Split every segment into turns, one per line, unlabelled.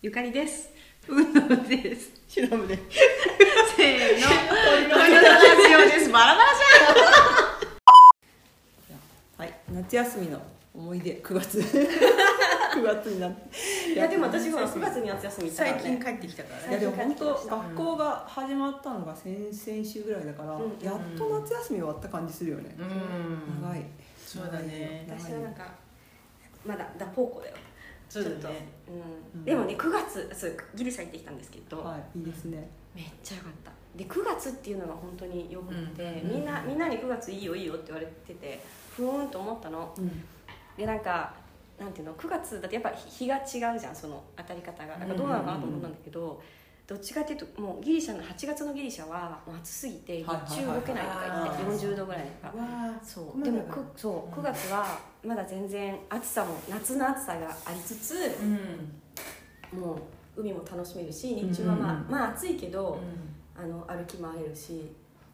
ゆかりです。うんのです。
しのぶで。
せーの。鳥のラジオです。バラバラ
はい、夏休みの思い出、九月。 九月になって。
いやでも私ほら9月に夏休み行ったから、ね、
帰ってきたから
いやでも本当学校が始まったのが先々週ぐらいだから、
うん
やっと夏休み終わった感じするよね、
うん
長い
そうだね
長
私
いよ
はなんかまだダポーコだよ
そうだ
ちょっと
ね
う
うん
ん、でもね9月そうギリシャ行ってきたんですけど、
はいいいですね
めっちゃ良かったで9月っていうのが本当によくって、
うん
みんなみんなに9月いいよいいよって言われててふーんと思ったの
うん
でなんかなんていうの9月だってやっぱ日が違うじゃんその当たり方がなんかどうなのかなと思ったんだけど、どっちかっていうともうギリシャの8月のギリシャはもう暑すぎて日
はいはいはい
中動けないとか言って
あー
40度ぐらいとか
わ
そうでもくそう9
うん
月はまだ全然暑さも夏の暑さがありつつ、
うん
もう海も楽しめるし日中はまあ、
うん
まあ暑いけど、
うん
あの歩き回れるし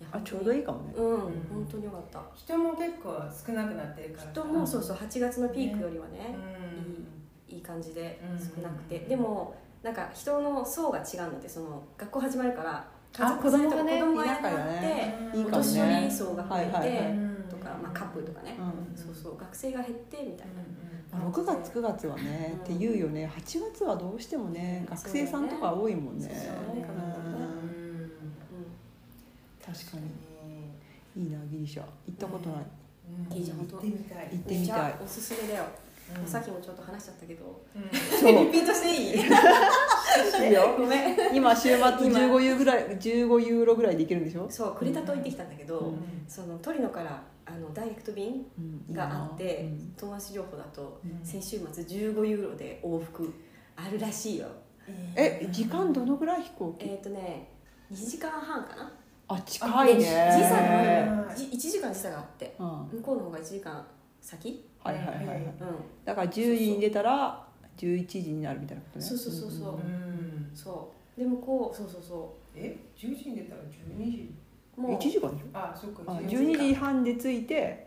や
あちょうどい
い
いかもね
や、うん、
ん
本当によかった
人も結構少なくなってるから
人もそうそう8月のピークよりはね
う、ん
いい感じで
うん
少なくて、
うん
でもなんか人の層が違うのでその学校始まるから
あ子供が
子
ね
供がいなくなっ
いないから
て、
ね
うん
いい
お
かも
年寄り
ね
層が増えて、
はいはい
うん
とか、まあ、カップルとかね、
うん
そうそう学生が減ってみたいな、
う
あ6月9月はね、
うん
っていうよね8月はどうしてもね学生さんとか多いもんね
そうだね
うん
んうんうん
確かにいいなギリシャ行ったことない、
うん
いいじゃん
行ってみたい
行って
うん、
み
じ
た
ゃ
い
あおすすめだよ、
うん
さっきもちょっと話しちゃったけど
うん
そう
リピートしていい
いいよ
ごめん
今週末15ユーぐらい15ユーロぐらいで行けるんでしょ、
そうクレタ島行ってきたんだけど、
うん
そのトリノからあのダイレクト便
うんいいな
があって、
うん
友達情報だと、
うん
先週末15ユーロで往復あるらしいよ
え時間どのぐらい飛行機
えっ、ー、とね2時間半かな
あ近いね
時差があるのよ
はい
じ1時間時差があって
うんは
向こうの方が1時間先
いはいはいは
う
い
ん
う
だから10時に出たら11時になるみたいなこと
ん
ね
そうそうそうそう、
うん
そうで向こうそうそうそ
え10時に出たら12時
う
も
も
う
うん
1時間でしょ
あそっか
あ
12
12時半で着いて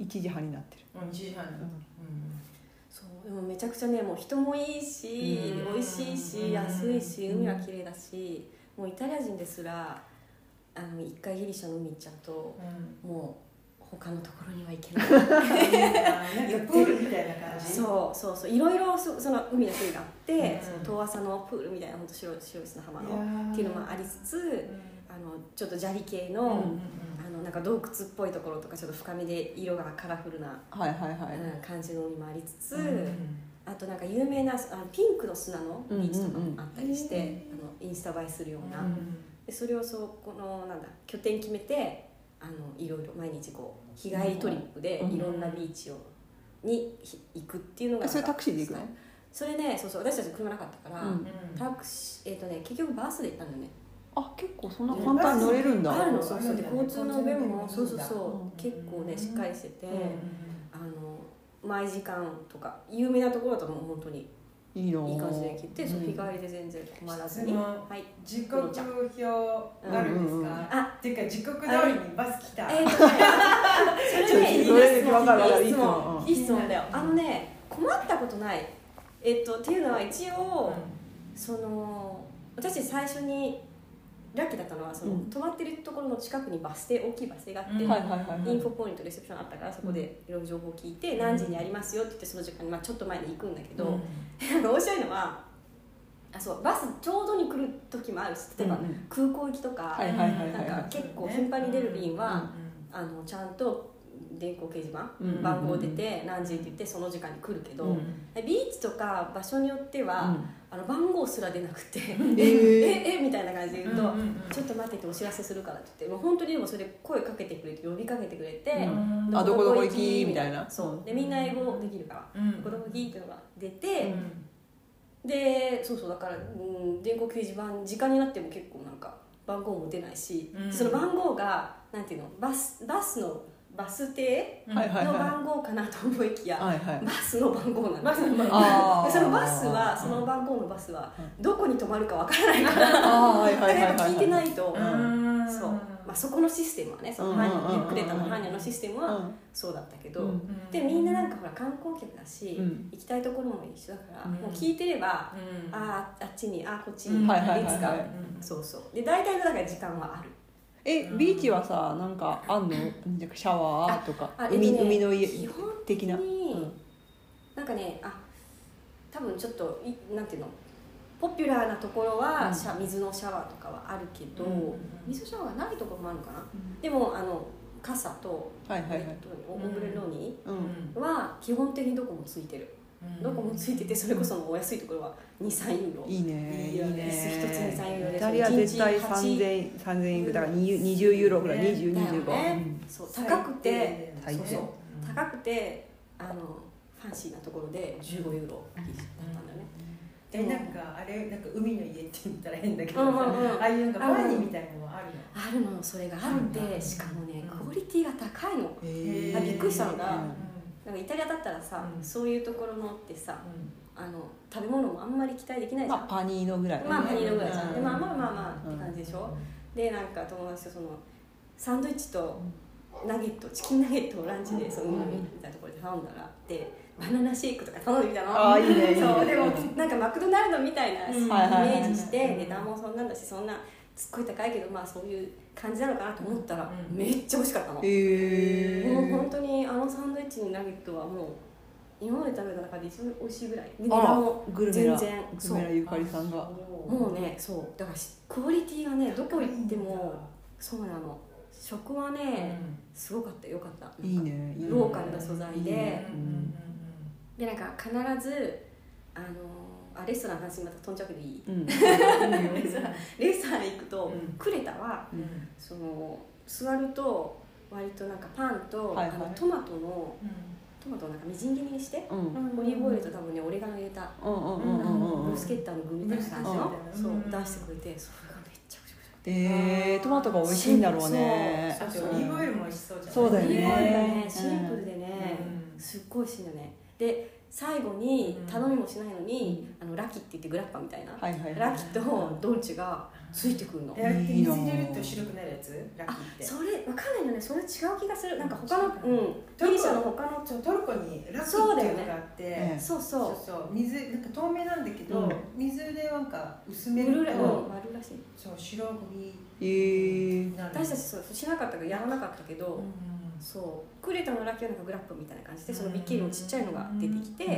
1時半になってる
うん1時半だうん
そうでもめちゃくちゃねもう人もいいし
うん
美味しいし安いし海は綺麗だしもうイタリア人ですらあの一回ギリシャの海行っちゃうと
うん
もう他のところには行けない
なんかプールみたいな 感じ
そうそうそういろいろそその海の種類があって
うん
その遠浅のプールみたいなほんと白い白い砂浜の
や
っていうのもありつつあのちょっと砂利系の,、あのなんか洞窟っぽいところとかちょっと深みで色がカラフルな、
はいはいはい、
うん感じの海もありつつ、あとなんか有名なあのピンクの砂のビーチとかもあったりして、
うんう
あ
ん
のインスタ映えするような、でそれをそうこのなんだ拠点決めてあのいろいろ毎日こう日帰りトリップで
うん
いろんなビーチを、にひ行くっていうの
え
が
それタクシーで行く
な
の
んかそれねそうそう私たち車なかったから、
うん
タクシーえっ、とね結局バスで行ったんだよね
あ結構そんな簡単に乗れるんだ
あるの
そ
そううそうで
あるんだね
交通の便もそ
交
う
通
そ
の便もい
うそうう結構
いんだ
ねしっかりしてて、
う
あの毎時間とか有名なところだともう本当に
いいの
いい感じで切って、
うん
そう日帰りで全然困らずに、
質問
はい
時刻表あるんですか、
あ
っていうか時刻通りにバス来た、
えーとねそれねいい
ちょっと
です
それわかるわかる
いい質問
い
いい質問だよ
うん
あのね困ったことないえっとっていうのは一
うん
応、その私最初にラッキーだったのはその、
うん
泊まってるところの近くにバス停大きいバス停があって、
うん
はいはいはいはい
インフォポイントレセプションあったからそこでいろいろ情報を聞いて、何時にありますよって言ってその時間に、まあ、ちょっと前に行くんだけど、
うん
なんか面白いのはあそうバスちょうどに来る時もあるし例えば
うんうん
空港行きとか、
はいはいはい
な
は
ん
い
か結構頻繁に出る便は、
う
あのちゃんと電光掲示板、
うんうんうん
番号出て何時って言ってその時間に来るけど、
うん
ビーチとか場所によっては、
うん
あの番号すら出なくて
え
え
ー
えみたいな感じで言うと、
うんうんうん
ちょっと待っててお知らせするからって言ってもう本当にでもそれで声かけてくれて呼びかけてくれて、
うん
あどこどこ行きみたいな
そうでみんな英語できるから、
うん
どこどこ行きっていうのが出て、でそうそうだから、うん、電光掲示板時間になっても結構なんか番号も出ないし、
うん
その番号がなんていうのバスバスのバス停
んはいはい
の番号かなと思いきや、
はいはい
バスの番号なんで
バ
す
スの番号
あ ー
でそのバスはその番号のバスはどこに止まるかわからないか
あ
ら
あはいはいは
や
い
っ
は
ぱ聞いてないと、
うん
そうまあ、そこのシステムはねその
うんうんうんうん
ハンネクレタのハーニャのシステム
う
は
ん
そうだったけど、
うん
でみんななんかほら観光客だし、
うん
行きたいところも一緒だから、
うん
もう聞いてれば、
うん
あーあっちにあーこっち
う
に、
んはい
はいはい
いつか、
はい
そうそうで大体だから時間はある
えビーチはさなんかあんのなんかシャワーとか
あ
海,、
えっとね
海の家
基本
的な、
本当に
うん
なんかねあ多分ちょっといなんていうのポピュラーなところは、
うん
シャ水のシャワーとかはあるけど、
うん
水のシャワーないところもあるのかな、
ん
でもあの傘と
はいはいはい
ネットオンブレロに
う
うん
ん
は基本的にどこもついてる、
うん
どこもついててそれこそお安いところは23ユーロ
いいね
いいよね
いい
椅子一つに三ユーロで
イタリア絶対3000 3000円いくだから20 20ユーロぐらい
ね
だ
2025、
よ
25
ね、そう高くて
最低
そうそう
うん
高くてあのファンシーなところで15ユーロだったんだよね、
えなんかあれなんか海の家って言ったら変だけどさ、
うんうんうん
ああいうなんかバニーみたいなのもある
あ
の
るのそれがあってしかもねクオリティが高いの
え
へー
あびっくりしたの
う
が
ん
なんかイタリアだったらさ、
うん
そういうところのってさ
う
あの食べ物もあんまり期待できないじゃん、
まあパニーノぐらい、
まあパニーノぐらいじゃん、
うん
でまあまあまあまあって感じでしょ、でなんか友達とそのサンドイッチとナゲットチキンナゲットをランチでそのうまみみたいなところで頼んだらでバナナシェイクとか頼んでみたの
ああいいねいいね
そうでもなんかマクドナルドみたいなイメ
はいはいはい
ージして値段もそんなんだしそんなすっごい高いけどまあそういう感じなのかなと思ったら
うん
めっちゃ美味しかったの、
へえ
もう本当にあのサンドイッチにナゲットはもう今まで食べた中で一番美味しいぐらいで値
あら
段も
グルメ
全
な
然
グルメなゆかりさんが
もうねそうだからしクオリティがねどこ行ってもそうなの食はね、すごかったよかった
いいねいいね
ローカルな素材で、
いいね
でなんか必ずあのあレストランの話にまた飛んじゃうけどいい
うん
レストラン行くと、
うん
クレタはその座ると割となんかパンと、
はいはい
あのトマトのトマトをなんかみじん切りにして、
うん
オリーブオイルと多分ねオレガノ入れた
うんうんうんうんうん
ブルスケッターの具みたいな感じの、
うん
そう
うん
出してくれてそれがめっちゃくちゃ
えー、トマトが美味しいんだろうね
あとオリーブオイルも美味しそうじゃん
そうだよ
オリーブオイルがね
うん
シンプルでね、
うん
すっごい美味しいんだよねで最後に
うん
頼みもしないのに、あのラキって言ってグラッパみたいな、
はいはいはい
ラキとドルチェがついてくるの、
えあれって水入れると白くなるやつラッキ
あ
ーって
それわかんないよねそれ違う気がするなんか他
違
の
うか
うんギリシャの他の
そうトルコにラッキ
そう
ーっ
だ
て
よ
い
ね
うのがあって、
え
そう
そう
そ
そう水なんか透明なんだけど、
うん
水でなんか薄
う
め
ブル
る
ーレイ
と、
もあるらしい
そう白身
えー、
になる
私たちそうしなかったからやらなかったけど、
うん
そうクレタのラキはなんかグラッパみたいな感じでそのびっきりのちっちゃいのが出てきて、
うん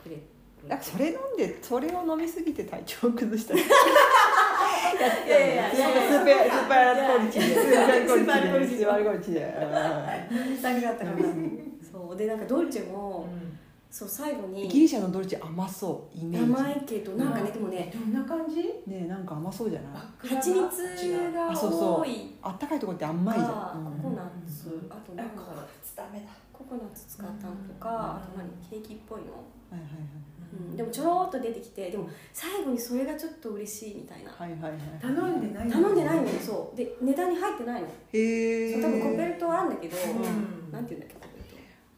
くれる
なんかそれ飲んでそれを飲みすぎて体調を崩したりい
いやいやいや
スーパースーパーアルコール値でスーパーアルコール値でスーパーアルコール値で
だけだったからそうでなんかドルチェも、
うん
そう最後
うんギリ
に
シャのドルチェ甘そうイメージ
甘いけどなんかねでもね
どんな感じ
ねえなんか甘そうじゃない
蜂蜜が
あそうそう
多い
あったかいとこって甘
か
いじゃん、
ココナッツ
う
あと
あ
なん
コ
か
コナッツダメだ
ココナッツ使ったのと
うん
かあと何ケーキっぽいの、
はい
うん、でもちょろっと出てきてでも最後にそれがちょっと嬉しいみたいな
はいはいはいはいはい
頼んでない
頼んでないのにそうで値段に入ってないの
へ
そう多分コペ
え
ルトあるんだけど、
ん
なんて言うんだっけコペルト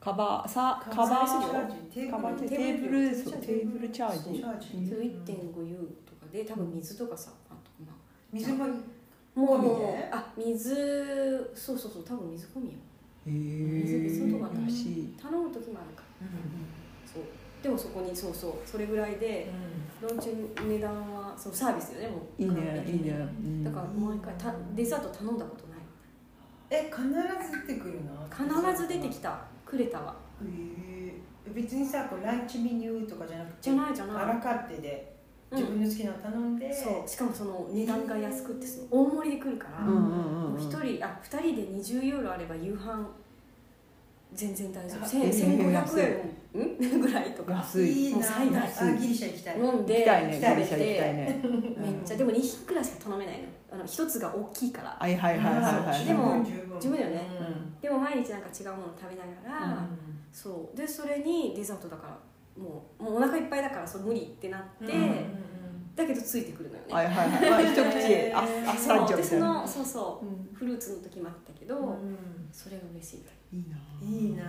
カバーさカ
カバ
バ
ーチ
ー
ャージテ
カバー
ーブル
テテーブルそうテーブルチャージ
チャージ
うん
それ1.5ユーロとかで多分水とかさあとまあ
水も
もう
込みで
あ水そうそうそう多分水込みよ
へ
水別のとこだ
え
った
らしい
頼む時もあるからそうでもそこにそうそうそれぐらいでロンチュ値段はそうサービスよねもう
いいねいいね、うん、
だからもう一回たデザート頼んだこと
え必ず出てくるの
ない必ず出てきたクレタは
えー別にさこうランチメニューとかじゃなくて
じゃないじゃ
ア
な
ラ
い
カルテで
うん
自分の好きなの頼んで、
そうしかもその値段が安くってその大盛りで来るから、
う
も
んうんうん
う
うん
一人あ二人で20ユーロあれば夕飯全然大丈夫
あ
千
えー
1500円ん ぐらいとか
安い
いな
もう最大
あギリシャ行きたい、
飲ん
行き
で
たいねギ
食べ
リシャ行きたい
て
ね
めっちゃでも2品くらいしか頼めないのあの1つが大きいから
はいはいはいはいはい
でも
十分
十分だよね
うん
でも毎日なんか違うものを食べながら、そうでそれにデザートだからもうもうお腹いっぱいだからそう無理ってなって、
うんうんうん
だだけどついてくるのよね
はいはいはい、まあ、一口でああ
そ
っさ
う
っち
で
ゃうみ
そ
たいな、、
のそうそううんフルーツの時もあったけど、
うん
それが嬉しい
いいな
い
い
な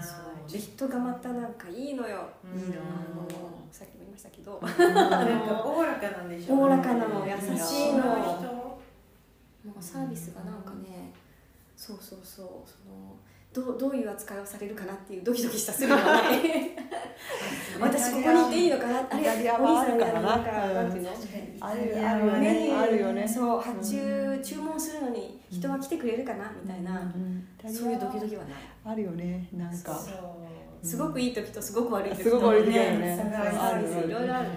で人がまたなんかいいのよ、
うん
いいな
あの
う
さっきも言いましたけど、
なんかおおらかなんでしょ
おおらかなの優
しいの
もうサービスがなんかね、そうそうそうそのどうどういう扱いをされるかなっていうドキドキしたするのはない私ここに行っていいのかなあれ
イタリア
お
は
兄さんみたいななんか
あるからな
なんていうの
あるあるよ
メニ
ね
ュー
あるよね
そう発注注文するのに人は来てくれるかなみたいな、
うんイタリア
そういうドキドキはない
あるよねなんか
そう
うん
すごくいい時とすごく悪い時
すごく悪い時ある
ね
よね
サ
あ
ービ
る
スいろいろある
う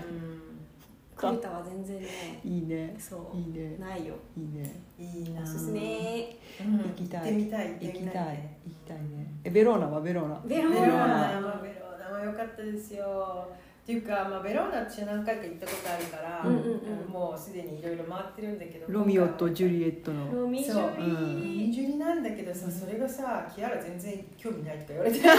クルタは全然ね
いいね
そ
いいね
うないよ
いいね
んいいな
おすすめ
うん
行きたい
行ってみたい
行き
み
たい行きたいねえベローナはベローナ
ベロ
ベ
ー
ローナ
ナ
はベローナは良かったですよっていうか、まあ、ベローナ私何回か行ったことあるから、
うんうんうん
もうすでにいろいろ回ってるんだけど
ロミオとジュ
リ
リエットの
ロミジュリ
ミジュリなんだけどさそれがさキアラ全然興味ないとか言われて
いや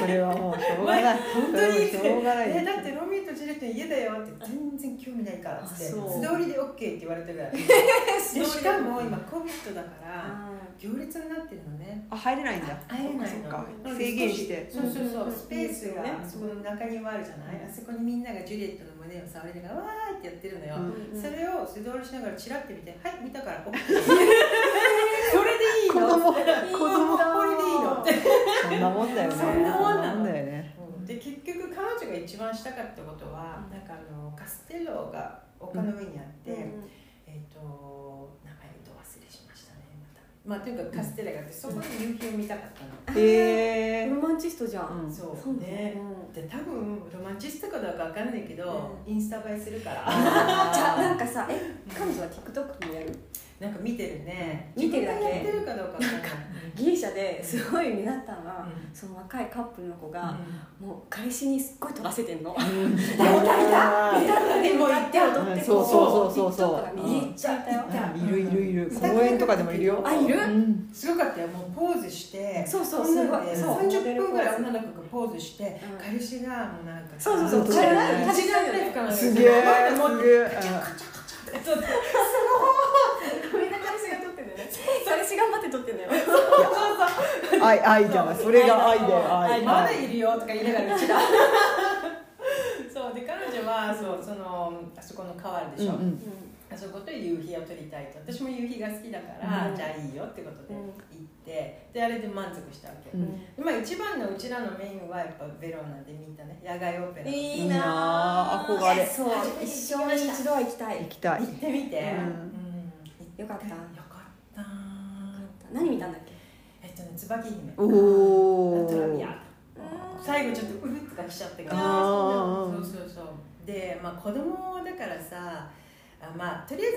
それはもうしょうがない
本当に
それはもうしょうがない
えだってロミオとジュリエットの家だよって全然興味ないからって
あ
素
そう
通りで OK って言われたぐらいでしかも今コビットだから行列になってるのね
あ入れないんだ
会えないの
そっか制限して
そうそうそう、
うん
スペースが
ね
そこの中庭あるじゃない、あそこにみんながジュリエットの胸を触りながらわーってやってるのよ、
うんうん
それを素通りしながらチラって見て「はい見たから OK」それでいいの
子供
供こ
子供
れでいいのって
そんなもんだよね
そんなもんなの
だよね
で結局彼女が一番したかったことは、なんかあのカステロが丘の上にあって、えっ、と名前と忘れしましたねまたまあというかカステラがあってそこに夕日を見たかったの、
えー
ロマンチストじゃん
うん
そう
そう
ね
ね
で多分ロマンチストかどうかわかんないけど、インスタ映えするから
じゃあなん
か
かさえ彼女は TikTok もやる
なんか見てるね
見てるだけ
自分がやってるかどうかわかんない
ギリシャですごい目立ったの
う
は
ん
その若いカップルの子
うん
がもう彼氏にすっごい撮らせてんの
あ
でも行って踊ってこ
うんそうそうそうそう
TikTok が右行っちゃったよ
うん
ーいるいるいる公園とかでもいるよ
あいる
うん
すごかったよもうポーズして
そうそう
女
す
の子
ごい
で
そう
30分ぐらい女の子がポーズして、
うん
彼氏がもうなんか
そうそうそう
どっちが
そう
どっちがどっちが
すげえすげえ
ちょっと
みんな彼氏が撮ってんだよね 彼氏頑張って撮ってんだよ
うん愛愛じゃないそれが愛だよ
はい
愛
まだいるよとか言いながらうちらそう で彼女はそうそのあそこの川あるでしょ、
うんうん
あそこと夕日を撮りたいと私も夕日が好きだから、
うん
じゃあいいよってことで
うん
行って、であれで満足したわけ、
うん
今一番のうちらのメインはやっぱベローナで見たね野外オペラ、行
い
い
い
い
な
な
ぁ
ぁ憧れ
そう一生に一度は行きたい
行きたい
ってみて、うん
うん
行
よかった
よかった
何見たんだっけ
えっとね椿姫
お
トラ
お
ミア最後ちょっとうるっとかしちゃってから
あ
そ
ー
うそうそうでまあ子供だからさあまあとりあえ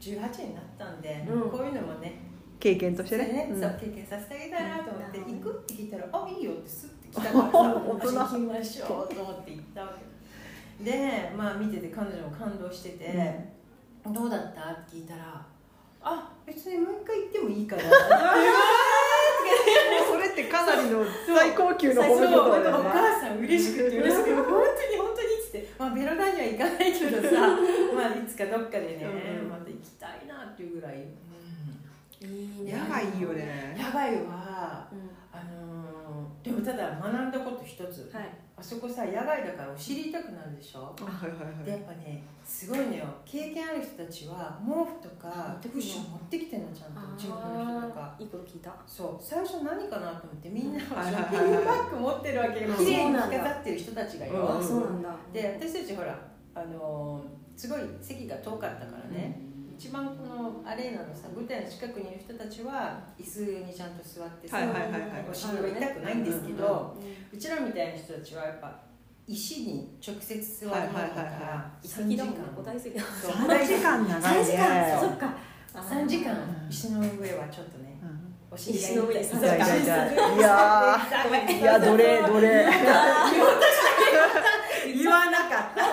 ず18になったんで、
うん
こういうのもね
経験とし
そ
て
れ
ね
ね、
うん
そう経験させてあげたいなと思って
うん
行くって聞いたら「あいいよ」ってスッて来たからさ
大人
行きましょうと思って行ったわけでまあ見てて彼女も感動してて「どうだった?」って聞いたら「あ別にもう一回行ってもいい かな」
それってかなりの最高級の
最
褒
初
め言
お
葉だよね
母さん嬉しくて嬉しくて本当に本当にっつって、まあ、ベロナには行かないけどさまあいつかどっかでね、
うん
また行きたいなっていうぐらい、
いいね
やばいいよね
やばいわ
うん
あのーでもただ学んだこと一つ、
はい
あそこさ野外だからお尻痛くなるでしょ
あはいはい
でやっぱねすごいのよ経験ある人たちは毛布とかクッション持ってきてんのちゃんと地元の人と
あ
か
ーいいこと聞いた
そう最初何かなと思ってみんなシ
うんはいはい
ョッ
はい
ピングバッグ持ってるわけよ
うん
綺麗に着飾ってる人たちが
うん
よ
あそうなんだ
で私たちほらあのーすごい席が遠かったからね一番このアレーナのさ舞台の近くにいる人たちは椅子にちゃんと座ってさ
はいはいはいはい
お尻は痛くないんですけ
うんうん
どうちらみたいな人たちはやっぱ石に直接座るものだか
はいはいはい
ら
は
遺跡だもんねお
3
大好きだもん
そう
3時間長い
3
ね
時間そ
そう
っか
時間三時間
うん
石の上はちょっとね
うん
お尻が
石の上で
痛い
痛い痛い痛いい
あ
や
ー
ーいやどれどれ
言わなかった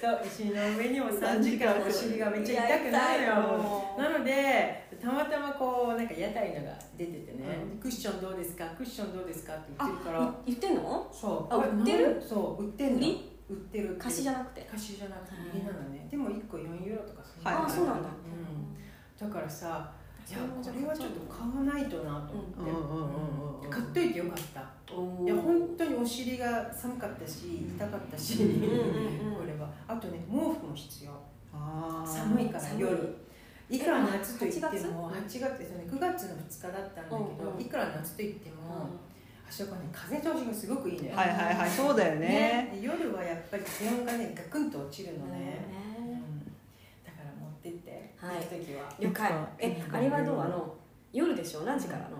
そう石の上にも3時間お尻がめっちゃ痛くなるよなのでたまたまこうなんか屋台のが出ててね、クッションどうですかクッションどうですかって言ってるから
言ってんの
そう
あ売ってる
そう売ってんの
売り
売売ってる
貸しじゃなくて
貸しじゃなくて売りなのね、でも1個4ユーロとかそん
はい
ああそうなんだ、
うんだからさいや
そう
これはちょっと買わないとなと思って、
うんうんうんうんうん
買っといてよかった
おー
いや本当にお尻が寒かったし痛かったし、
うんうんうん
これはあとね毛布も必要
あー
寒いから
寒い
夜いくら夏と言っても
え
8月ですよね9月の2日だったんだけど、
うんうん
いくら夏と言っても、あそこね風通しがすごくいいのよ、
はいはいはいそうだよね
ね夜はやっぱり気温がねガクンと落ちるの
うん
ね、うん
ね
だから持ってって、
はい
行く時は。
了解
い
え
つか
あれはどうあの夜でしょ何時からの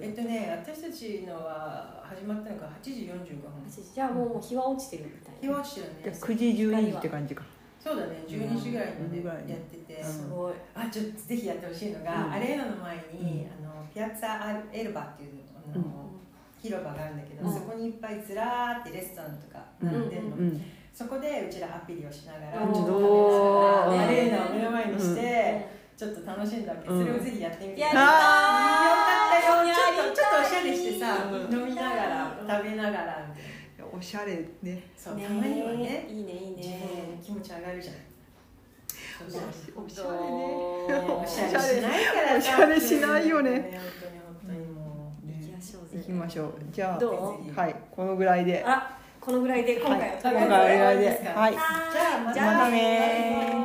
えっとね、私たちのは始まったのが8時45分
8時じゃあもう日は落ちてるみたいな
日は落ちてる
じゃ
ね
あ9時12時って感じか
そうだね12時ぐらいまで
うん
やってて、
うん
すごい
あちょっとぜひやってほしいのが、
うん
アレーナの前に、あのピアッツァ・アルエルバっていうあの、
うん
広場があるんだけど、
うん
そこにいっぱいずらーってレストランとか
う
並
ん
んでるの、
うん
そこでうちらアピリをしながら、
うん
ちょっと食べながら
うん
アレーナを目の前にして、
う
ちょっと楽しんだわけ、
うん
それをぜひやってみて
や
よ
り
か
た
っ
い
たよちょっ
やり
とちょっとおし
た
ゃ
い
れしてさ、
うん
飲みながら食べながらみたいな
おしゃれね
そう、
ね
たまにはね
いいねいい
自分の
ね
気持ち上がるじゃんそうそう
おしゃれね
お
おし
し
ゃ
ゃ
れ
れ
し
ね
ないからさ
おしゃれしないよね
本当に本当にもう
行きましょうぜ
行きましょうじゃ
どう
あはいこのぐらいで
あらこのぐらいで今回は
今回はこのぐらいで
はい
はい
じゃあまた
またね